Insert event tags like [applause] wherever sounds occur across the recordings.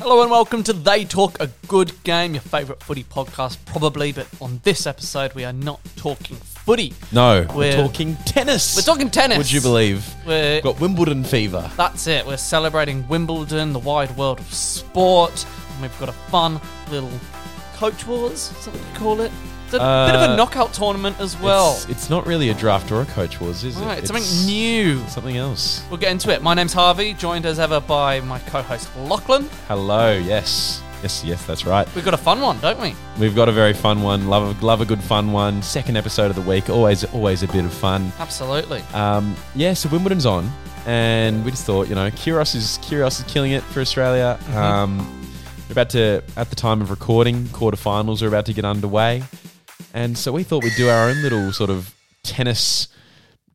Hello and welcome to They Talk a Good Game, your favourite footy podcast, probably. But on this episode, we are not talking footy. No, we're, We're- talking tennis. We're talking tennis. Would you believe? We're- We've got Wimbledon fever. That's it. We're celebrating Wimbledon, the wide world of sport, and we've got a fun little coach wars, something to call it. It's a bit of a Uh, knockout tournament as well. it's, it's not really a draft or a coach wars, is it? Alright, it's something new. Something else. We'll get into it. My name's Harvey, joined as ever by my co-host Lachlan. Hello. Yes. Yes. Yes. That's right. We've got a fun one, don't we? We've got a very fun one. Love, a- love a good fun one. Second episode of the week. Always, always a bit of fun. Absolutely. Um, yeah. So Wimbledon's on, and we just thought, you know, Kyrgios is Kyrgios is killing it for Australia. Mm-hmm. Um, we're about to, at the time of recording, quarterfinals are about to get underway, and so we thought we'd do our own little sort of tennis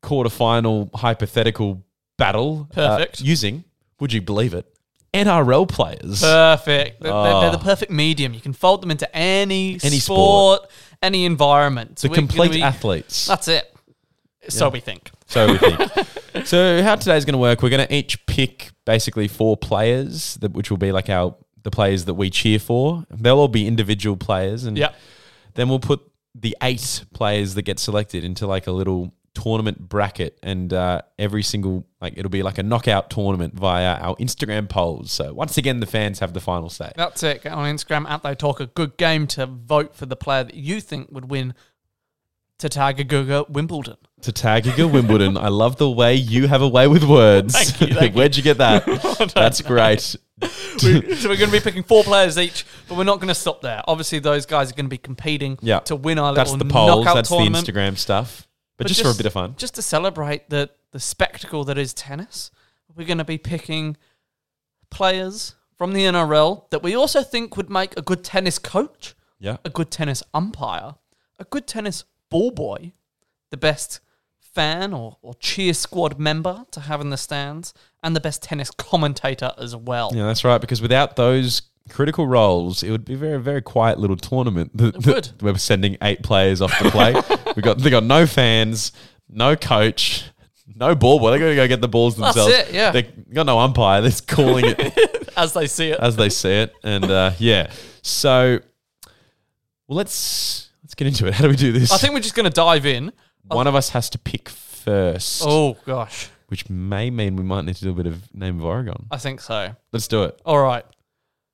quarterfinal hypothetical battle. uh, Perfect. using, would you believe it, NRL players. Perfect. They're, they're- they're the perfect medium. You can fold them into any, Ah. Any sport, any environment. the We're gonna complete be- [laughs] athletes. That's it. So we think. So we think. so how today's going to work? We're going to each pick basically four players, that, which will be like our the players that we cheer for. They'll all be individual players, and Yep. then we'll put the eight players that get selected into like a little tournament bracket, and uh, every single like it'll be like a knockout tournament via our Instagram polls. So once again, the fans have the final say. That's it. Get on Instagram at they talk a good game to vote for the player that you think would win to tag [laughs] Wimbledon. To tag Giga Wimbledon, I love the way you have a way with words. Thank you, thank you. [laughs] Where'd you [laughs] get that? That's great. We- so we're going to be picking four players each, but we're not going to stop there. Obviously, those guys are going to be competing Yeah. to win our That's little the polls. knockout That's tournament. the Instagram stuff. But, just, for a bit of fun. just to celebrate the the spectacle that is tennis, we're going to be picking players from the NRL that we also think would make a good tennis coach, Yeah. a good tennis umpire, a good tennis ball boy, the best fan or, or cheer squad member to have in the stands, and the best tennis commentator as well. Yeah, that's right. Because without those critical roles, it would be a very, very quiet little tournament. that- that would. We're sending eight players off to [laughs] play. we got they got no fans, no coach, no ball boy. They're going to go get the balls That's themselves. it, yeah. They got no umpire. They're just calling [laughs] it As they see it. as they see it. And uh, yeah, so well, let's let's get into it. How do we do this? I think we're just going to dive in. one of us has to pick first, Oh, gosh. which may mean we might need to do a bit of name of Oregon. I think so. Let's do it. All right.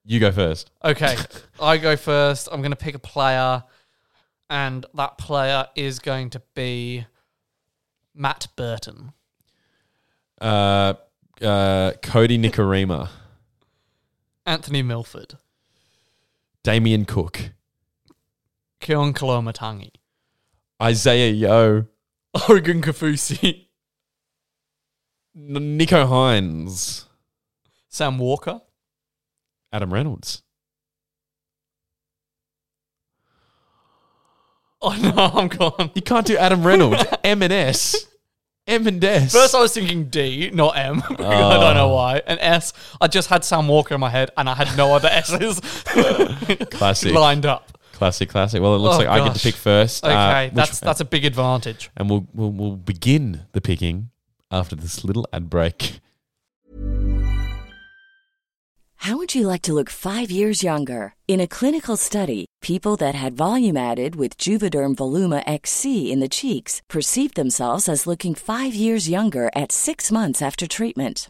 You go first. Okay, I go first. I'm going to pick a player, and that player is going to be Matt Burton. Uh, uh, Cody Nikarima, Anthony Milford, Damien Cook, Keon [laughs] Kalomatangi, Isaiah Yo, Oregon Kafusi, N- Nico Hines, Sam Walker, [laughs] Adam Reynolds. Oh no, I'm gone. You can't do Adam [laughs] Reynolds. M and S. M and S. First, I was thinking D, not M. [laughs] because I don't Ah. know why. And S, I just had Sam Walker in my head, and I had no other S's [laughs] Classic. lined up. Classic, classic. Well, it looks Oh, like I get to gosh. pick first. uh, Okay, which- that's that's a big advantage. and we'll, we'll we'll begin the picking after this little ad break. How would you like to look five years younger? In a clinical study, people that had volume added with Juvederm Voluma XC in the cheeks perceived themselves as looking five years younger at six months after treatment.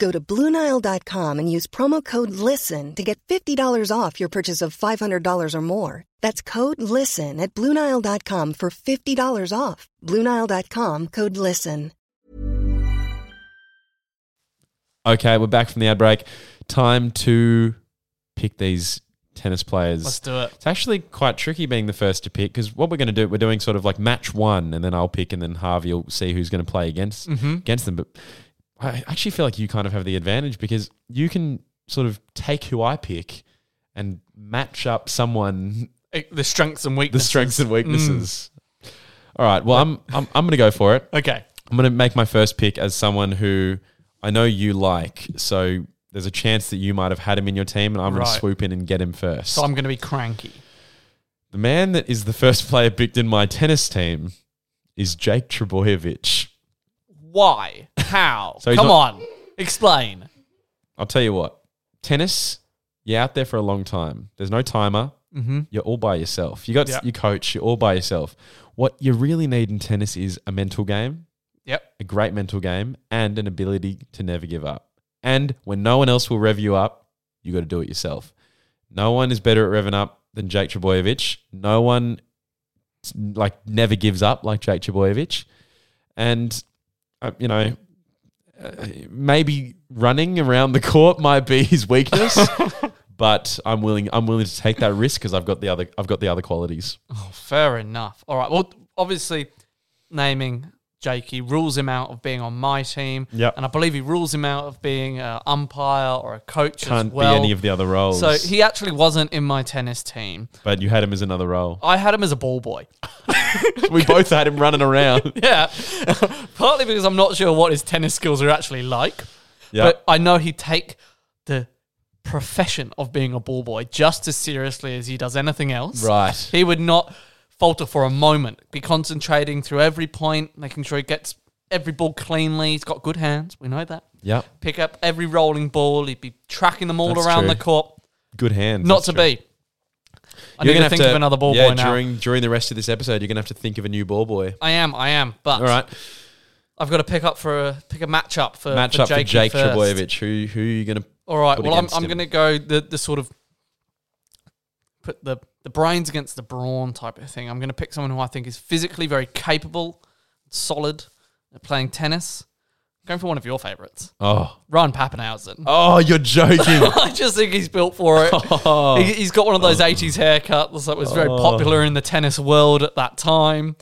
Go to BlueNile.com and use promo code LISTEN to get $50 off your purchase of $500 or more. That's code LISTEN at BlueNile.com for $50 off. BlueNile.com code LISTEN. Okay, we're back from the ad break. Time to pick these tennis players. Let's do it. It's actually quite tricky being the first to pick because what we're going to do, we're doing sort of like match one, and then I'll pick, and then Harvey will see who's going to play against Mm-hmm. against them. But I actually feel like you kind of have the advantage because you can sort of take who I pick and match up someone [laughs] Eh, The strengths and the weaknesses. strengths and weaknesses. Mm. All right. Well, I'm I'm I'm going to go for it. Okay. I'm going to make my first pick as someone who I know you like. So there's a chance that you might have had him in your team, and I'm going Right. to swoop in and get him first. So I'm going to be cranky. the man that is the first player picked in my tennis team is Jake Trebojevic. Why? [laughs] How? So he's Come not- on. Explain. I'll tell you what, tennis, you're out there for a long time. There's no timer. Mm-hmm. You're all by yourself. You got Yeah. your coach. You're all by yourself. What you really need in tennis is a mental game. Yep. a great mental game, and an ability to never give up. And when no one else will rev you up, you got to do it yourself. No one is better at revving up than Jake Trebojevic. No one like never gives up like Jake Trebojevic. And uh, you know, uh, maybe running around the court might be [laughs] his weakness, but I'm willing. I'm willing to take that risk because I've got the other. I've got the other qualities. Oh, Fair enough. All right. Well, obviously, naming Jakey rules him out of being on my team. Yep. And I believe he rules him out of being an umpire or a coach Can't as well. be any of the other roles. So he actually wasn't in my tennis team. but you had him as another [laughs] role. I had him as a ball boy. [laughs] We both had him running around. Yeah. [laughs] Partly because I'm not sure what his tennis skills are actually like. Yeah. But I know he'd take the profession of being a ball boy just as seriously as he does anything else. Right. He would not falter for a moment, be concentrating through every point, making sure he gets every ball cleanly. He's got good hands. We know that. Yep. Pick up every rolling ball. He'd be tracking them all That's around true. the court. Good hand. Not to be. I need to think of another ball yeah, boy now. During, during the rest of this episode, you're going to have to think of a new ball boy. I am, I am. But All right. I've got to pick up for a pick a match up for Match for up for Jakey Jake first. Trebojevic. Who, who are you going to. All right. put Well, I'm, against I'm him? going to go the, the sort of put the, the brains against the brawn type of thing. I'm going to pick someone who I think is physically very capable, solid, at playing tennis. going for one of your favorites, Oh. Ryan Pappenhausen. Oh, you're joking. [laughs] I just think he's built for it. [laughs] He, he's got one of those 80s haircuts that was very popular in the tennis world at that time. And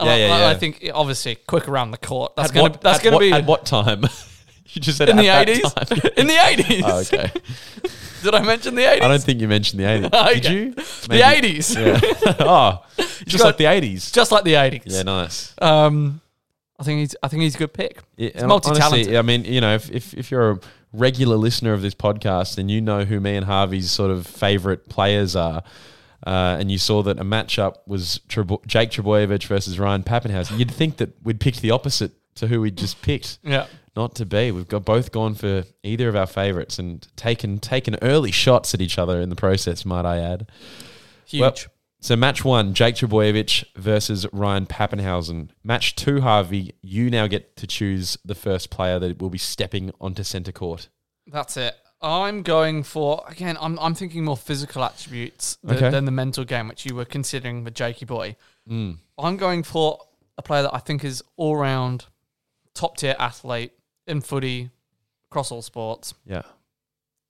Oh. Yeah, I, yeah, I- I yeah. think, obviously, quick around the court. [laughs] That's At going to what- that's at going to what- be At what time? [laughs] you just said in the at that 80s. time. [laughs] in the 80s. Oh, okay. Did I mention the 80s? I don't think you mentioned the 80s. [laughs] Did Okay. you? The 80s. Yeah. [laughs] oh, just got- like the [laughs] 80s. just like the 80s. yeah, nice. Um, I think he's I think he's a good pick. Yeah, He's and multi-talented. honestly, I mean, you know, if, if, if you're a regular listener of this podcast and you know who me and Harvey's sort of favorite players are, uh, and you saw that a matchup was Trebo- Jake Trebojevic versus Ryan Pappenhausen, you'd think that we'd pick the opposite to who we just picked. Yeah. Not to be. We've got both gone for either of our favorites and taken taken early shots at each other in the process, might I add. Huge. Well, so match one, Jake Trebojevic versus Ryan Pappenhausen. Match two, Harvey, you now get to choose the first player that will be stepping onto centre court. That's it. I'm going for again. I'm I'm thinking more physical attributes th- Okay. than the mental game, which you were considering with Jakey Boy. Hmm. I'm going for a player that I think is all round top tier athlete in footy, across all sports. Yeah.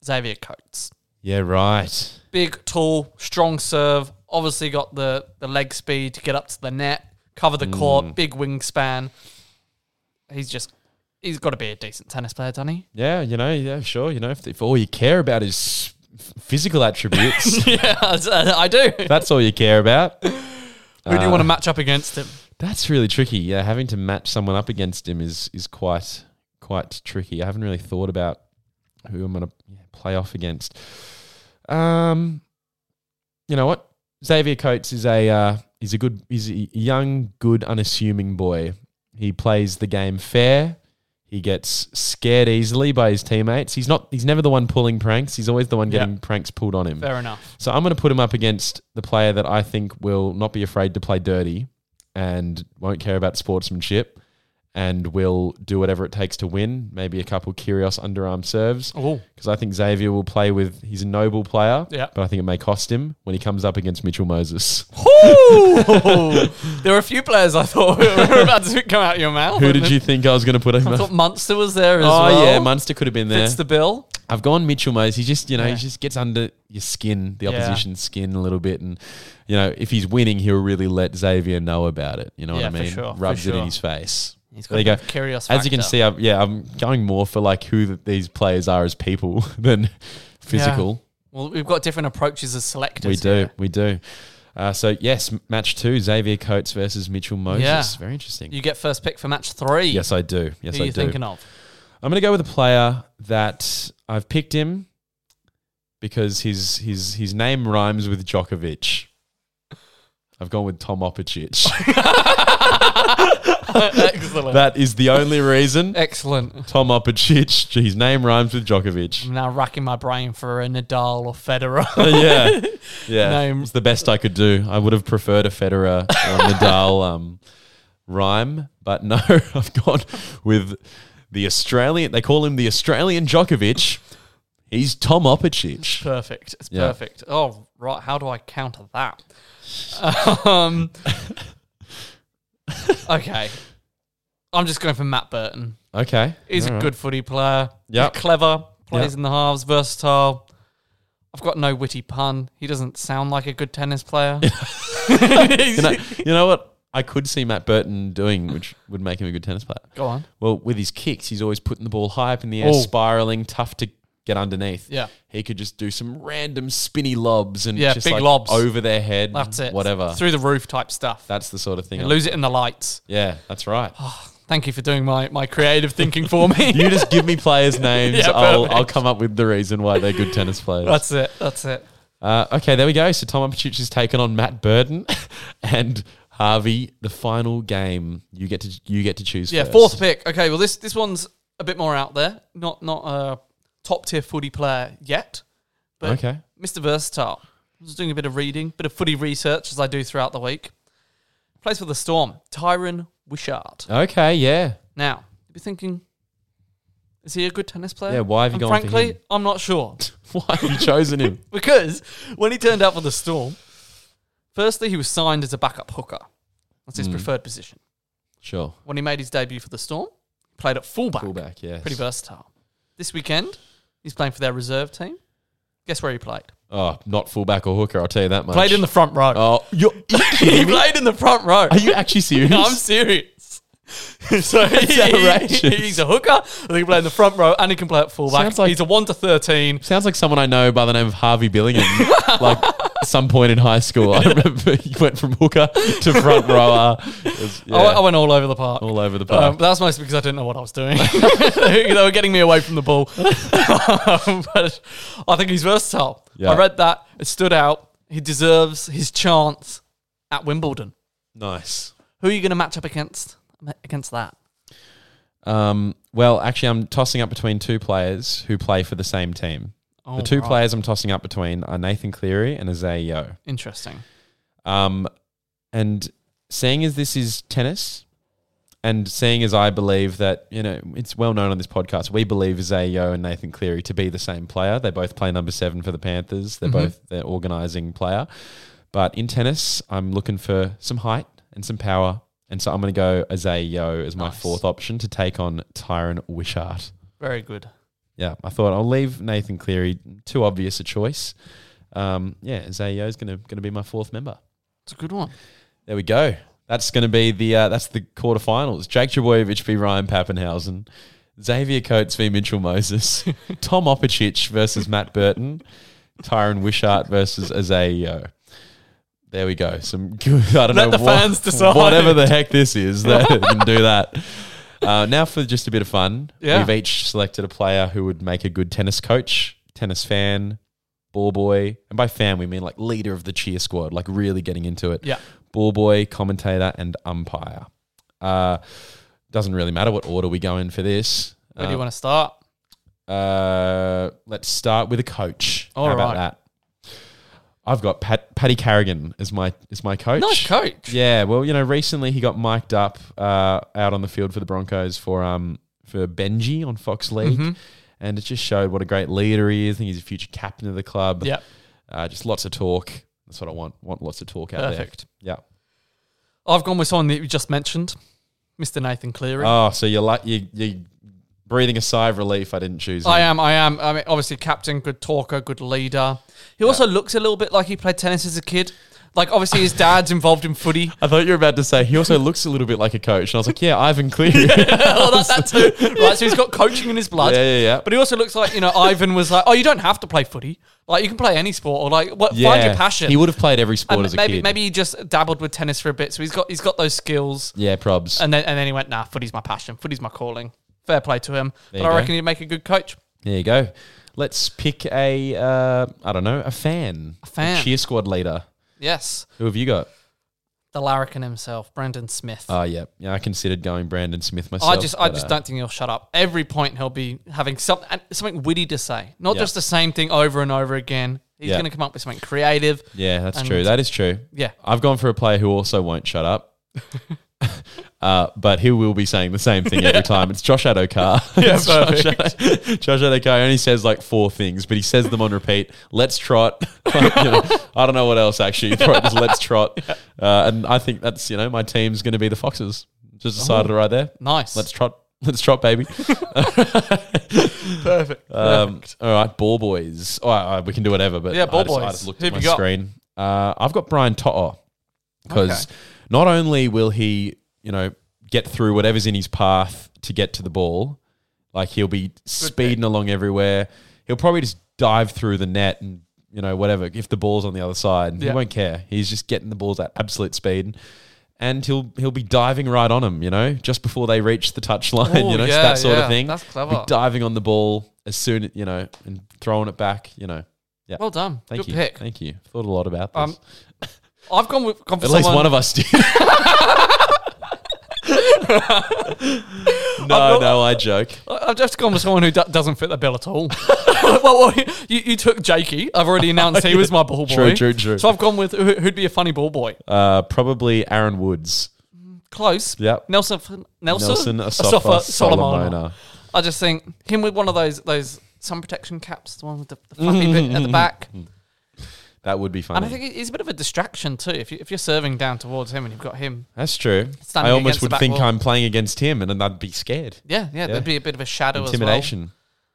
Xavier Coates, Yeah, right. big, tall, strong serve, Obviously, got the, the leg speed to get up to the net, cover the Mm. court, big wingspan. He's just, he's got to be a decent tennis player, doesn't [laughs] he? Yeah, you know, yeah, sure. You know, if, if all you care about is physical [laughs] attributes, yeah, I do. that's all you care about. Who do you Uh. want to match up against him? That's really tricky. Yeah, having to match someone up against him is is quite quite tricky. I haven't really thought about who I'm going to play off against. Um, you know what? Xavier Coates is a uh, he's a good he's a young, good, unassuming boy. He plays the game fair. He gets scared easily by his teammates. He's not he's never the one pulling pranks. He's always the one Yeah. getting pranks pulled on him. Fair [laughs] enough. So I'm going to put him up against the player that I think will not be afraid to play dirty and won't care about sportsmanship and will do whatever it takes to win. Maybe a couple Kyrgios underarm serves. Oh, Because I think Xavier will play with, he's a noble player, Yeah. but I think it may cost him when he comes up against Mitchell Moses. [laughs] there were a few players I thought [laughs] were about to come out your mouth. Who did you think I was going to put him Oh, I up? thought Munster was there as oh, well. yeah, Munster could have been there. fits the bill. I've gone Mitchell Moses. He just, you know, Yeah. he just gets under your skin, the Yeah. opposition's skin a little bit. And, you know, if he's winning, he'll really let Xavier know about it. You know Yeah, what for I mean? sure, for Rubs it sure. in his face. He's got there you a go. bit of curious As you can factor. see, I'm, yeah, I'm going more for like who th these players are as people [laughs] than physical. Well, we've got different approaches as selectors. We do. here. We do. Uh, so, yes, m- match two Xavier Coates versus Mitchell Moses. Yeah. Very interesting. You get first pick for match three. yes, I do. Yes, Who are I you do. thinking of? I'm going to go with a player that I've picked him because his his his name rhymes with Djokovic. I've gone with Tom Opacic. Excellent. [laughs] that is the only reason. Excellent. Tom Opacic. His name rhymes with Djokovic. I'm now racking my brain for a Nadal or Federer. [laughs] yeah, yeah. Name. It's the best I could do. I would have preferred a Federer or Nadal um, rhyme, but no, [laughs] I've gone with the Australian. They call him the Australian Djokovic. He's Tom Opacic. perfect. It's Yeah. perfect. Oh, right. How do I counter that? [laughs] Um, okay. I'm just going for Matt Burton. Okay. He's a Alright. good footy player. Yep. He's clever, plays Yep. in the halves, versatile. I've got no witty pun. He doesn't sound like a good tennis [laughs] player. [laughs] You know, you know what? I could see Matt Burton doing, which would make him a good tennis player. Go on. Well, with his kicks, he's always putting the ball high up in the air, Oh. spiraling, tough to get underneath. Yeah. He could just do some random spinny lobs and Yeah, just big like lobs. over their head. That's it. Whatever. Through the roof type stuff. That's the sort of thing. You I- lose Oh. it in the lights. Yeah, that's right. Thank you for doing my, my creative thinking for [laughs] me. [laughs] you just give [laughs] me players' names. Yeah, I'll, I'll perfect. come up with the reason why they're good tennis players. That's it. That's it. Uh, okay, there we go. So Tom Opacic has taken on Matt Burden [laughs] and Harvey. The final game you get to you get to choose. Yeah, first. fourth pick. Okay, well this this one's a bit more out there. Not not a top tier footy player yet. But Okay. Mr. Versatile. I was doing a bit of reading, bit of footy research as I do throughout the week. Plays for the Storm, Tyron Wishart. [laughs] Okay, yeah. Now, you'd be thinking, is he a good tennis player? Yeah, why have you and gone for Frankly, him? I'm not sure. Why have you chosen him? [laughs] Because when he turned out for the Storm, firstly, he was signed as a backup hooker. That's Hmm. his preferred position. [laughs] Sure. When he made his debut for the Storm, he played at fullback. Fullback, yes. Pretty versatile. This weekend, he's playing for their reserve team. Guess where he played? Oh, not fullback or hooker, I'll tell you that much. Played in the front row. Oh, you're, are you [laughs] he kidding me? played in the front row. Are you actually [laughs] serious? No, I'm serious. [laughs] [laughs] so he- outrageous. he's a hooker. and He can play in the front row and he can play at fullback. Sounds like- he's a one to thirteen. Sounds like someone I know by the name of Harvey Billingham. [laughs] like some point in high school, I remember he went from hooker to front rower. It I, was- went- yeah, I went all over the park. all over the Um, park. but that's mostly because I didn't know what I was doing. [laughs] they were getting me away from the ball. [laughs] Um, but I think he's versatile. Yeah. I read that. It stood out. He deserves his chance at Wimbledon. nice. Who are you going to match up against? Against that? Um, well, actually, I'm tossing up between two players who play for the same team. the Oh, two right. players I'm tossing up between are Nathan Cleary and Isaiah Yo. Interesting. Um, and seeing as this is tennis, and seeing as I believe that you know it's well known on this podcast, we believe Zayo and Nathan Cleary to be the same player. They both play number seven for the Panthers. They're both their organising player. But in tennis, I'm looking for some height and some power, and so I'm going to go Zayo as my Nice. fourth option to take on Tyron Wishart. Very good. Yeah, I thought I'll leave Nathan Cleary too obvious a choice, Um, yeah, Zayo is going to going to be my fourth member. It's a good one. There we go. That's going to be the uh, that's the quarterfinals. Jake Trebojevic v Ryan Pappenhausen, Xavier Coates v [laughs] Mitchell Moses, Tom Opacic versus Matt Burton, Tyron Wishart versus Azayo. There we go. Some [laughs] good. I don't Let know. the fans decide. Whatever the heck this is, [laughs] they can do that. Uh, now for just a bit of fun, Yeah. we've each selected a player who would make a good tennis coach, tennis fan, ball boy, and by fan we mean like leader of the cheer squad, like really getting into it Yeah. ball boy, commentator, and umpire. Uh, doesn't really matter what order we go in for this. Where do Uh, you want to start? uh, let's start with a coach. All How about right. that? I've got Pat, Paddy Carrigan as my as my coach. Nice coach. Yeah, well, you know, recently he got mic'd up uh, out on the field for the Broncos for um for Benji on Fox League, Mm-hmm. and it just showed what a great leader he is. I think he's a future captain of the club. Yep. uh, just lots of talk. That's what I want. Want lots of talk out Perfect. there. Yeah. I've gone with someone that you just mentioned, Mr. Nathan Cleary. Oh, so you're like you you breathing a sigh of relief. I didn't choose. I him. am. I am. I mean, obviously, captain, good talker, good leader. He also looks a little bit like he played tennis as a kid. Like, obviously, his dad's involved in [laughs] footy. I thought you were about to say he also looks a little bit like a coach, and I was like, yeah, [laughs] Ivan Cleary. oh, that, that too. Right, so he's got coaching in his blood. Yeah, yeah, yeah. But he also looks like you know Ivan was like, oh, you don't have to play footy. Like, you can play any sport or like what, find your passion. He would have played every sport And as a maybe kid. maybe he just dabbled with tennis for a bit, so he's got he's got those skills. Yeah, probs. And then and then he went, nah, footy's my passion. Footy's my calling. Fair play to him. There but you I go. reckon he'd make a good coach. there you go. Let's pick a uh, I don't know a fan, a fan. cheer squad leader. Yes, Who have you got? the larrikin himself, Brandon Smith. Oh yeah, yeah. I considered going Brandon Smith myself. I just, I but, just uh, don't think he'll shut up. Every point he'll be having some, and something witty to say, not Yeah. just the same thing over and over again. He's Yeah. going to come up with something creative. Yeah, that's And- true. That is true. Yeah. I've gone for a player who also won't shut up. uh, but he will be saying the same thing every time. It's Josh Adokar. Yeah, Josh, Ad- [laughs] Josh Adokar only says like four things, but he says them on repeat. Let's trot. [laughs] Like, you know, I don't know what else actually. [laughs] Probably just let's trot. Uh, and I think that's you know my team's going to be the Foxes. Just decided right there. Nice. Let's trot. [laughs] Let's trot, [laughs] baby. Perfect. Um, all right, ball boys. Oh, uh, we can do whatever, but Yeah, ball I just, I boys. just looked Who at have my you got? screen. Uh, I've got Brian Toto because not only will he, you know, get through whatever's in his path to get to the ball, like he'll be speeding along everywhere. He'll probably just dive through the net and you know whatever. If the ball's on the other side, Yeah. he won't care. He's just getting the balls at absolute speed. And he'll he'll be diving right on them, you know, just before they reach the touchline, Ooh, you know, it's yeah, that sort yeah. of thing. That's Be clever. diving on the ball as soon, you know, and throwing it back, you know. Yeah. Well done. Thank Good you. pick. Thank you. Thought a lot about this. Um, I've gone with gone for At least one of [laughs] us did. no, not- no, I joke. I've just gone with someone who do- doesn't fit the bill at [laughs] all. [laughs] well, well, you, you took Jakey. I've already announced he was my ball boy. True, true, true. So I've gone with who, who'd be a funny ball boy. Uh, probably Aaron Woods. Close. Yep. Nelson. Nelson. Nelson Asafa Solomona. I just think him with one of those those sun protection caps, the one with the, the fluffy [laughs] bit at the back. That would be funny. And I think he- he's a bit of a distraction too. If, you, if you're serving down towards him and you've got him, That's true. Standing I almost against the would back think wall. I'm playing against him and then I'd be scared. yeah, yeah, there'd be a bit of a shadow Intimidation.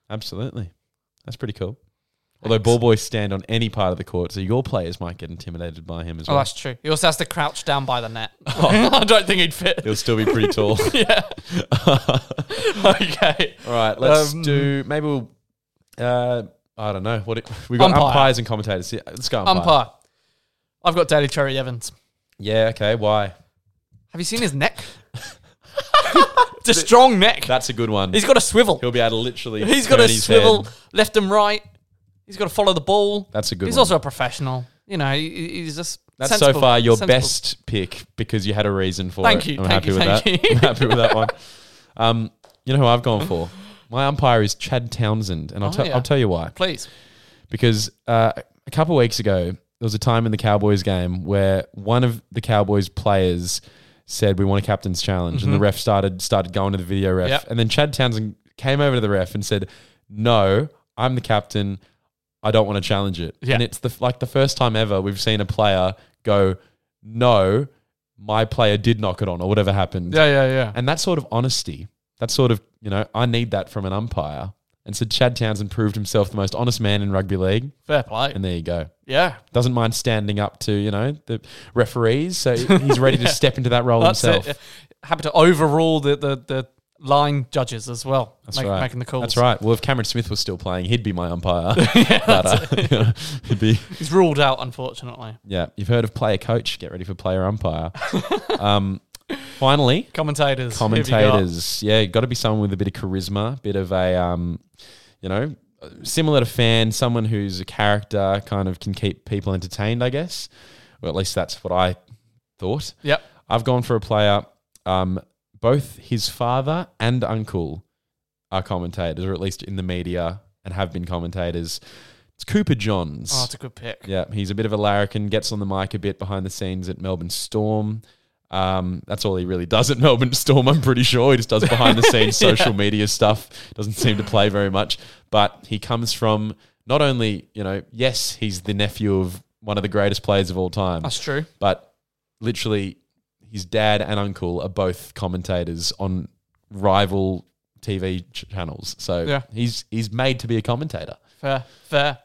Absolutely. That's pretty cool. Although ball boys stand on any part of the court, so your players might get intimidated by him as as well. Oh, well. Oh. that's true. He also has to crouch down by the net. [laughs] I don't think he'd fit. [laughs] He'll still be pretty tall. [laughs] okay. All right, let's Um, do. Maybe we'll. Uh, I don't know what it, we got. Umpire. Umpires and commentators. Yeah, Let's go. Umpire. Umpire. I've got Daily Cherry Evans. Yeah. Okay. Why? Have you seen his [laughs] neck? it's a strong neck. That's a good one. He's got a swivel. He'll be able to literally. [laughs] He's got turn a his swivel head. left and right. He's got to follow the ball. That's a good He's one. also a professional. You know, he, he's just. That's so sensible- far your sensible. best pick because you had a reason for Thank it. you, I'm thank happy you, with thank that. you. [laughs] I'm happy [laughs] with that one. Um, you know who I've gone for? My umpire is Chad Townsend, and I'll, Oh, tell yeah. I'll tell you why. Please. because uh, a couple weeks ago there was a time in the Cowboys game where one of the Cowboys players said we want a captain's challenge, and the ref started started going to the video ref, Mm-hmm. Yep. and then Chad Townsend came over to the ref and said, "No, I'm the captain. I don't want to challenge it." Yeah. And it's the like the first time ever we've seen a player go, "No, my player did knock it on," or whatever happened. Yeah, yeah, yeah. And that sort of honesty, that sort of, you know, I need that from an umpire. and said Chad Townsend proved himself the most honest man in rugby league. Fair play. And there you go. yeah. Doesn't mind standing up to, you know, the referees. So he's ready [laughs] to step into that role That's himself. it. Happy to overrule the, the, the line judges as well. That's make- right. Making the calls. That's right. Well, if Cameron Smith was still playing, he'd be [laughs] my umpire. [laughs] but, uh, he'd be, He's ruled out, unfortunately. yeah. You've heard of player coach. Get ready for [laughs] player umpire. um, finally, Commentators. who have you got? commentators. yeah, got to be someone with a bit of charisma, bit of a, um, you know, similar to fan, someone who's a character, kind of can keep people entertained, I guess. Well, at least that's what I thought. Yep. I've gone for a player. Um, both his father and uncle are commentators, or at least in the media, and have been commentators. It's Cooper Johns. Oh, it's a good pick. Yeah, he's a bit of a larrikin, gets on the mic a bit behind the scenes at Melbourne Storm. Um, that's all he really does at [laughs] Melbourne Storm, I'm pretty sure. He just does behind the scenes social media stuff. Doesn't seem to play very much. But he comes from not only, you know, yes, he's the nephew of one of the greatest players of all time, That's true. but literally his dad and uncle are both commentators on rival TV ch- channels. So Yeah. he's he's made to be a commentator. Fair. Fair.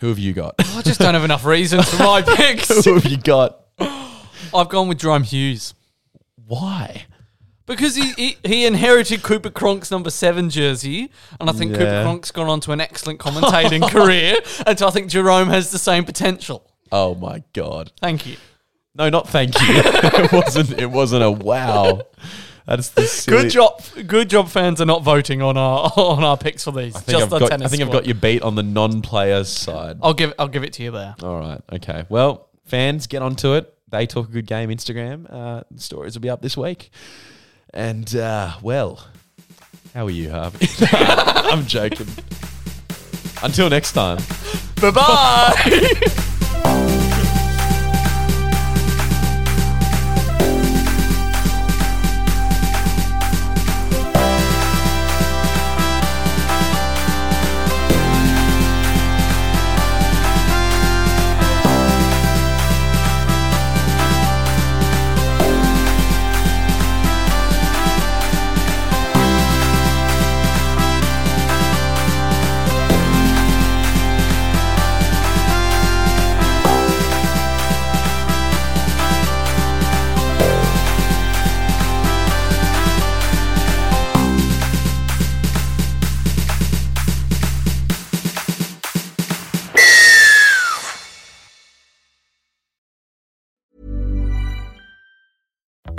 Who have you got? I just don't have enough reasons for [laughs] my picks. Who have you got? I've gone with Jerome Hughes. Why? Because he, he, he inherited Cooper Cronk's number seven jersey, and I think Cooper Yeah. Cronk's gone on to an excellent [laughs] commentating career, and so I think Jerome has the same potential. Oh my god. Thank you. No, not thank you. [laughs] it wasn't it wasn't a wow. That's the silly- Good job, good job. Fans are not voting on our [laughs] on our picks for these. I think, just I've the got, tennis. Oh. I think I've squad. got your beat on the non-player side. I'll give I'll give it to you there. All right. Okay. Well, fans, get onto it. They talk a good game Instagram. Uh, the stories will be up this week. And uh, well, how are you, Harvey? [laughs] I'm joking. Until next time. Bye bye. [laughs]